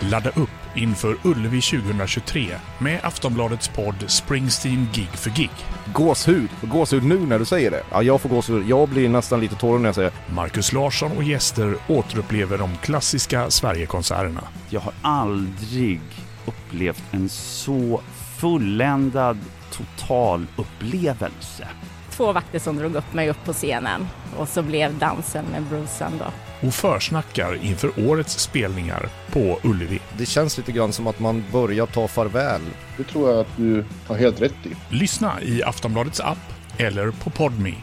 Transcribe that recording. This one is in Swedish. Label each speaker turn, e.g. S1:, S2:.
S1: Ladda upp inför Ullevi 2023 med Aftonbladets podd Springsteen Gig för Gig.
S2: Gåshud. Gåshud nu när du säger det. Ja, jag får gåshud. Jag blir nästan lite tårögd när jag säger det.
S1: Marcus Larsson och gäster återupplever de klassiska Sverigekonserterna.
S3: Jag har aldrig upplevt en så fulländad total upplevelse.
S4: Två vakter som drog upp mig upp på scenen och så blev dansen med Brucean då.
S1: och försnackar inför årets spelningar på Ullevi.
S2: Det känns lite grann som att man börjar ta farväl.
S5: Det tror jag att du har helt rätt i.
S1: Lyssna i Aftonbladets app eller på Podme.